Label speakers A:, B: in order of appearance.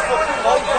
A: All